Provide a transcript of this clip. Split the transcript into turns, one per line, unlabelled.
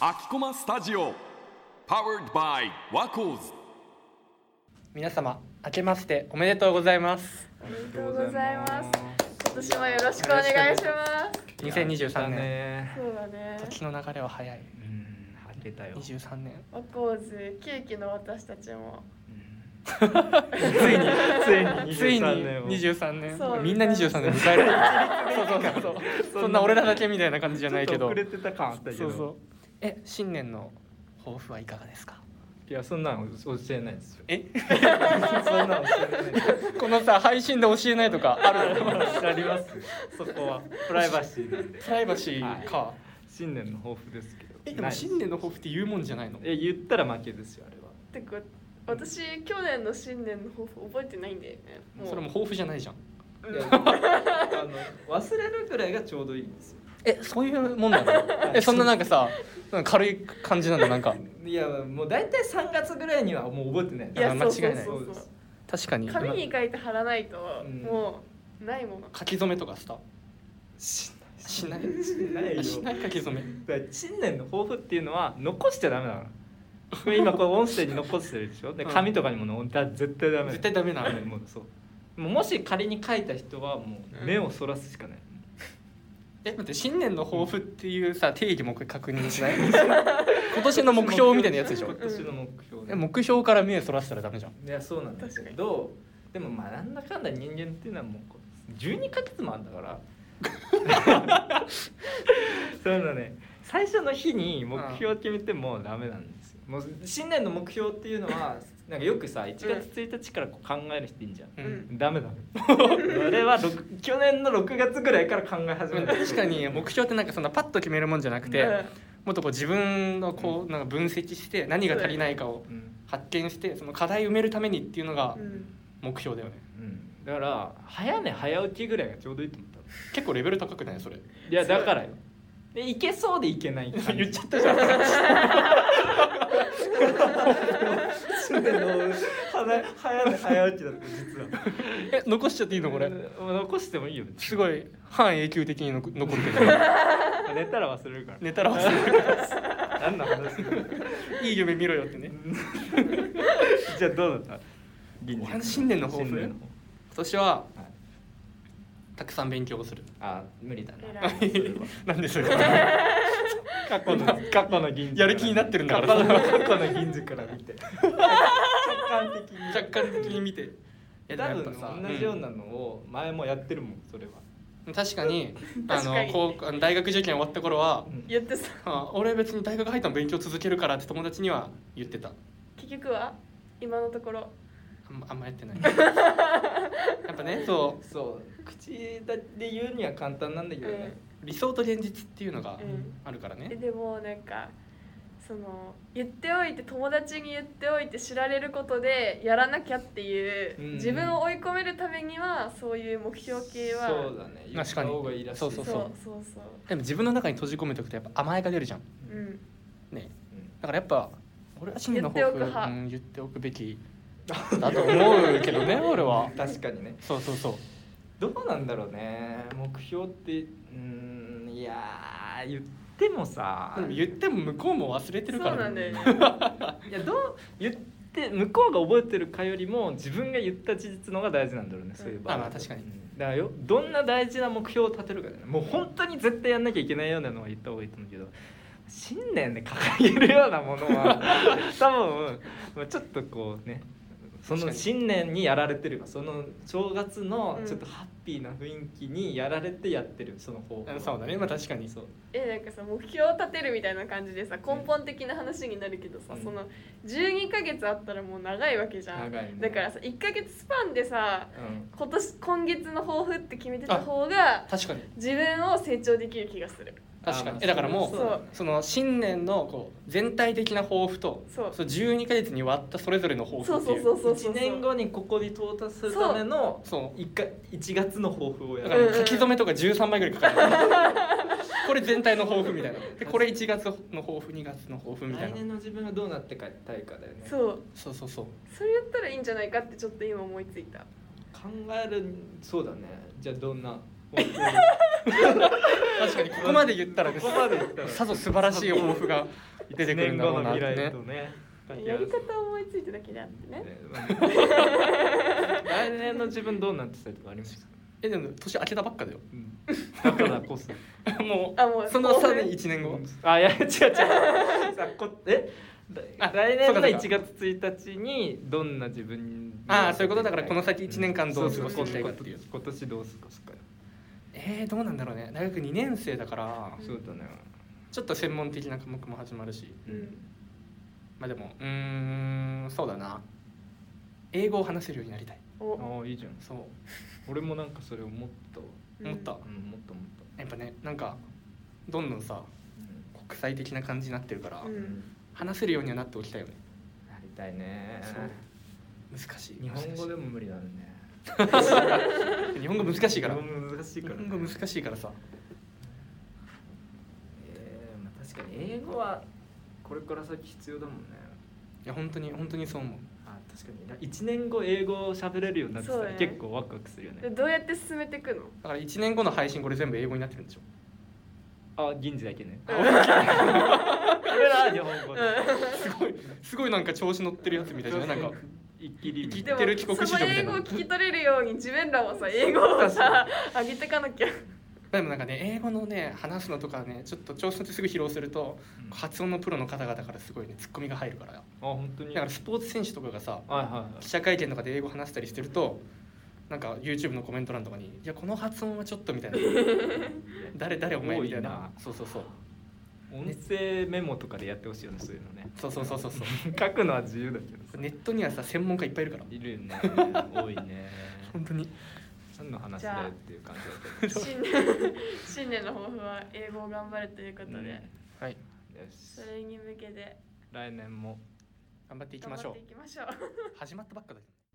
秋駒スタジオ Powered by ワコーズ
皆様明けましておめでとうございます
ありがとうございます。今年もよろしくお願いします。
2023年
そうだね。
時の流れは早い
うん開けたよ
23年
おこうず、ケーキの私たちも。
つ
つ
い
い
に
に
23
そう
年みんな23年迎えるそうそうそう そうそんな俺らだけみたいな感じじ
じ
ゃないけど
遅れてた感あったけ
そ
ど
うそうえ新年の抱負はいかがですか
いやそんなの教えないですよ
え
そんなの教えない
このさ配信で教えないとかある
ありますそこはプライバシーなんで
プライバシーか、
新年の抱負ですけど
えでも
ない
新年の抱負って言うもんじゃないの
え言ったら負けですよあれは
てか、私去年の新年の抱負覚えてないんだよね。う
それも抱負じゃないじゃん
うん
いやでもあの忘れるぐらいがちょうどいいんですよ
えそういうもんなのえそんななんかさなんか軽い感じなんだなんか
いやもう大体3月ぐらいにはもう覚えてない
いや、
間
そうそ
違
う
いない
そう
そ
そう
確かに
う。紙に書いて貼らないと、
うん
もうないもの。
書き初めとかした
し
しない
しないよ
しない書き初め
だから新年の抱負っていうのは残しちゃダメなのこれ今これ音声に残してるでしょで
うん
紙とかにも残った絶対ダメ
絶対ダメなの
ダメもうそうもうもし仮に書いた人はもう目をそらすしかない、
え待って新年の抱負っていうさ定義もう一回確認 しない今年の目標みたいなやつでしょ
今年の目標ね
え目標から目そらしたらダメじゃん
いやそうなんですけどでもまあなんだかんだ人間っていうのはもうこう12ヶ月もあんだから そうだね最初の日に目標を決めてもダメなんですよもう新年の目標っていうのはなんかよくさ1月1日からこう考える人いいんじゃん、
う
うんん。
ダ メだ俺は6去年の6月ぐらいから考え始めた
確かに目標ってなんかそんなパッと決めるもんじゃなくて、
うん
もっとこう自分のこうなんか分析して何が足りないかを
うん、
発見してその課題埋めるためにっていうのが
うん。
目標だよね
うん、だから早寝早起きぐらいがちょうどいいと思った
結構レベル高くないそれ
いやだからよでいけそうでいけない 感じ
言っちゃったじゃん
早早早起きだった実は
え残しちゃっていいのこれ
残してもいいよね
すごい半永久的にのこ残るけど
寝たら忘れるから
寝たら忘れる
何の話
いい夢見ろよってね
じゃあどうだった銀
俺の新年の抱負
新年の
今年は
負はい
たくさん勉強をする
あ無理だ
偉
ない それは
なんでそれは
過去の 過去の銀次
やる気になってるんだか
からら 過去の過去の銀次から見て 客観的に
客観的に見ていやでもやっ
多
ぱさ
分同じようなのを前もやってるもんそれは
うん確かにあ
確か
の
に
高校大学受験終わった頃は、
言ってさ、
あ俺別に大学入ったの勉強続けるからって友達には言ってた
結局は今のところ。
あん,、まあんまやってない やっぱねそ
そう口で言うには簡単なんだけどね
う理想と現実っていうのが
うん
あるから
え
ね、
でもなんかその言っておいて友達に言っておいて知られることでやらなきゃっていう、
うん
自分を追い込めるためにはそういう目標系は
そうだね
確かに
言った方がいいらしい
そう
そう
そう
そうそう
でも自分の中に閉じ込めておくとやっぱ甘えが出るじゃん
うん
ね
うん
だからやっぱ俺は新年の抱負
言っておく派
うん、言っておくべきだと思うけどね俺は
確かにね
そうそうそう
どうなんだろうね目標ってうーんいやー言ってもさ
でも言っても向こうも忘れてるから
そうなんだよね
いやどう言って向こうが覚えてるかよりも自分が言った事実の方が大事なんだろうねそういう場合
あまあ確かに
うんだからよどんな大事な目標を立てるかだよねもう本当に絶対やんなきゃいけないようなのは言った方がいいと思うけど新年で掲げるようなものは 多分まあちょっとこうねそ
確か
の
に
新年にやられてるその正月のちょっとハッピーな雰囲気にやられてやってるその方法
うんそうだねまあ確かに
そう
えなんかさ目標を立てるみたいな感じでさ根本的な話になるけどさ、
うん
その12ヶ月あったらもう長いわけじゃん、
長いね
だからさ1ヶ月スパンでさ
うん
今年今月の抱負って決めてた方が
確かに
自分を成長できる気がする
確かに
あまあ
えだからもう
そうだね
その新年のこう全体的な抱負と
そう
の12ヶ月に割ったそれぞれの抱負
そう
って
そ
いうう
そうそうそう
1年後にここに到達するための
そ
一か1月の抱負を
う
や
だ
る
からもう書き初めとか13枚ぐらいかかる これ全体の抱負みたいなでこれ1月の抱負2月の抱負みたい
来
な
年の自分がどうなってかたいかだよね
そう
そうそうそう
それやったらいいんじゃないかってちょっと今思いついた
考えるそうだねじゃあどんな
確かにここまで言ったらです
ここまで言ったら
さぞ素晴らしい抱負が出てくるんだろうなって
一
ね
年後の未来とね
やり方思いついただけであってね
ねまあ 来年の自分どうなってたりとかありますか、
えでも年明けたばっかだよ
だからこそ
もう
あもう
その
後
さ
半
らに1年後
あいや違 う違うさこえ
あ
来
そうか
年の
そうか
1月1日にどんな自分に
あーそういうことだからこの先一年間どう過ごしていきたいか
か
っていう
今年どう過ごすか
えー、どうなんだろうね大学2年生だから
そうだね
ちょっと専門的な科目も始まるし
うん
まあでもうーんそうだな英語を話せるようになりたい
お
ああいいじゃん
そう
俺もなんかそれ思ったわ
思った
うん思った思った
やっぱねなんかどんどんさ国際的な感じになってるから、
うん
話せるようにはなっておきたいよね
なりたいね
そう難しい
日本語で
も
も無理だね
日本語難しいから
日本語難しい
日
からね
本語難しいからさ
えーまあ、確かに英語はこれから先必要だもんね
いや本当に本当にそう思う
あ確かにな1年後英語を喋れるようになってた
そう
ら
ね
結構ワクワクするよ
で
ね
どうやって進めていく
だ
の
から1年後の配信これ全部英語になってるんでしょ
あ銀次だけね
うん
俺らは日本語だ
すごいすごいなんか調子乗ってるやつみたいじゃないなんか
一気に
一気
で
言ってる帰国
も
子
そ
女
の
みた
英
いな
語を聞き取れるように自分らもさ英語をさ上げてかな きゃ
でもなんかね英語のね話すのとかねちょっと調子乗ってすぐ披露すると
うんあ
発音のプロの方々からすごいねツッコミが入るからだ
本当に
からスポーツ選手とかがさ
はいはいはい
記者会見とかで英語話したりしてるとなんか YouTube のコメント欄とかに「いやこの発音はちょっと」みたいな「誰誰お前」
多
み
い
た
ない
なそうそうそう
音声メモとかでやってほしいよねそういうの ね
そうそうそうそうそう
書くのは自由だけどさ
ネットにはさ専門家いっぱいいるから
いるよね多い ね
本当に
何の話だよっていう感じだったけど
新年新年の抱負は英語を頑張るということで、
はい
よし
それに向けて
来年も
頑張っていき
頑
まし
張
ょ
っていきましょう
う始まったばっかだけど